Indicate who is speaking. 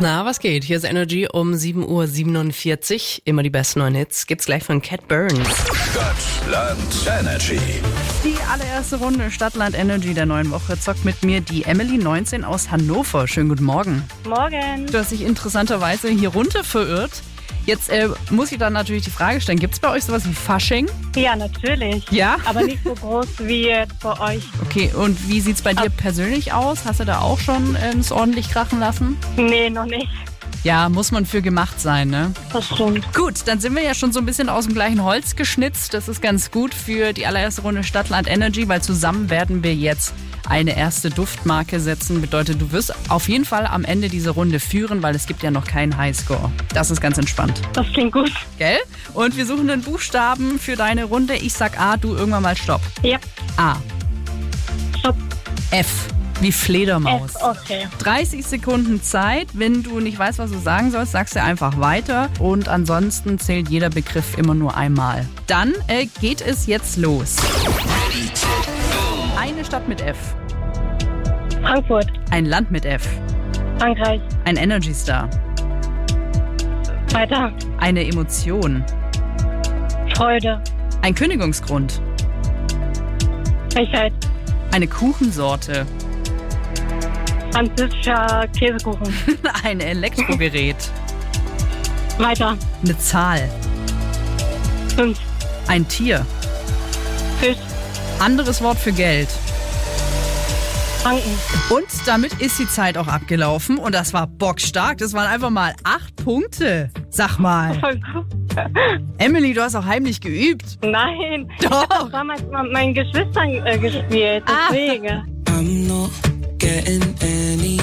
Speaker 1: Na, was geht? Hier ist Energy um 7.47 Uhr. Immer die besten neuen Hits. Gibt's gleich von Cat Burns.
Speaker 2: Stadtland Energy.
Speaker 3: Die allererste Runde Stadtland Energy der neuen Woche zockt mit mir die Emily 19 aus Hannover. Schönen guten Morgen.
Speaker 4: Morgen.
Speaker 3: Du hast dich interessanterweise hier runter verirrt. Jetzt äh, muss ich dann natürlich die Frage stellen, gibt es bei euch sowas wie Fasching?
Speaker 4: Ja, natürlich.
Speaker 3: Ja?
Speaker 4: Aber nicht so groß wie jetzt bei euch.
Speaker 3: Okay, und wie sieht es bei dir persönlich aus? Hast du da auch schon ähm, es ordentlich krachen lassen?
Speaker 4: Nee, noch nicht.
Speaker 3: Ja, muss man für gemacht sein, ne?
Speaker 4: Das stimmt.
Speaker 3: Gut, dann sind wir ja schon so ein bisschen aus dem gleichen Holz geschnitzt. Das ist ganz gut für die allererste Runde Stadtland Energy, weil zusammen werden wir jetzt eine erste Duftmarke setzen. Bedeutet, du wirst auf jeden Fall am Ende diese Runde führen, weil es gibt ja noch keinen Highscore. Das ist ganz entspannt.
Speaker 4: Das klingt gut.
Speaker 3: Gell? Und wir suchen den Buchstaben für deine Runde. Ich sag A, du irgendwann mal Stopp.
Speaker 4: Ja.
Speaker 3: A.
Speaker 4: Stopp.
Speaker 3: F. Wie Fledermaus.
Speaker 4: F, oh. okay.
Speaker 3: 30 Sekunden Zeit. Wenn du nicht weißt, was du sagen sollst, sagst du einfach weiter. Und ansonsten zählt jeder Begriff immer nur einmal. Dann äh, geht es jetzt los. Eine Stadt mit F,
Speaker 4: Frankfurt.
Speaker 3: ein Land mit F,
Speaker 4: Frankreich.
Speaker 3: ein Energy Star,
Speaker 4: Weiter.
Speaker 3: eine Emotion,
Speaker 4: Freude.
Speaker 3: ein Kündigungsgrund,
Speaker 4: Frechheit.
Speaker 3: eine Kuchensorte,
Speaker 4: Französischer Käsekuchen.
Speaker 3: ein Elektrogerät,
Speaker 4: Weiter.
Speaker 3: eine Zahl,
Speaker 4: Fünf.
Speaker 3: ein Tier,
Speaker 4: Fisch.
Speaker 3: anderes Wort für Geld.
Speaker 4: Franken.
Speaker 3: Und damit ist die Zeit auch abgelaufen und das war bockstark. Das waren einfach mal acht Punkte. Sag mal.
Speaker 4: Voll gut.
Speaker 3: Emily, du hast auch heimlich geübt.
Speaker 4: Nein.
Speaker 3: Doch. Ah.
Speaker 4: Damals mal mit meinen Geschwistern äh, gespielt. Deswegen.
Speaker 5: I'm not getting any